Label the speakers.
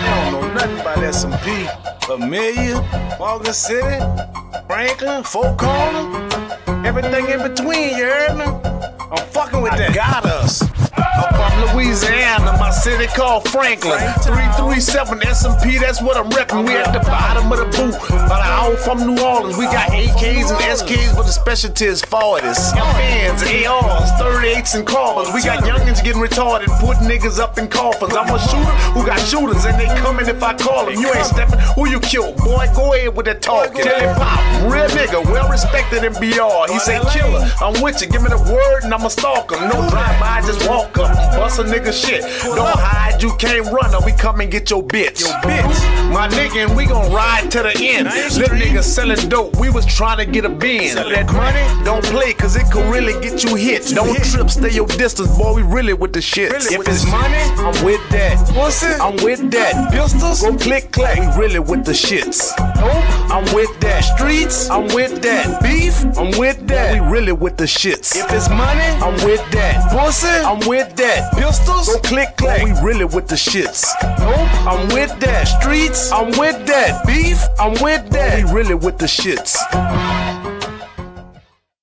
Speaker 1: nothing but S&P. Familiar, Morgan City, Franklin, Four Corner, everything in between, you heard me? I'm fucking with that. Got us. I'm from Louisiana, my city called Franklin. 337 S&P, that's what I'm reckoning. We at the bottom of the boot, but I all from New Orleans. We got AKs and SKs, but the specialty is 40s. Fans, ARs, 38s, and cars. We got youngins getting retarded, put niggas up in coffins. I'm a shooter who got shooters, and they coming if I call them. You ain't stepping, who you kill? Boy, go ahead with that talking. Tell it pop, real nigga, well respected in BR. He say killer, I'm with you, give me the word, and I'ma stalk him. No drive by, just walk up, bust a nigga shit. Don't hide, you can't run, or we come and get your bitch. Your bitch. My nigga, and we gon' ride to the end. Little nigga selling dope, we was trying to get a bin. That money, don't play, cause it could really get you hit. Don't trip, stay your distance, boy, we really with the shit. If it's money, I'm with that. What's it? I'm with that. Pistols, go click clack, we really with the shits. I'm with that. Streets, I'm with that. Beef, I'm with that. We really with the shits. If it's money, I'm with that. Pussy, I'm with that. Pistols, go click clack, we really with the shits. I'm with that. Streets, I'm with that. Beef, I'm with that. We really with the shits.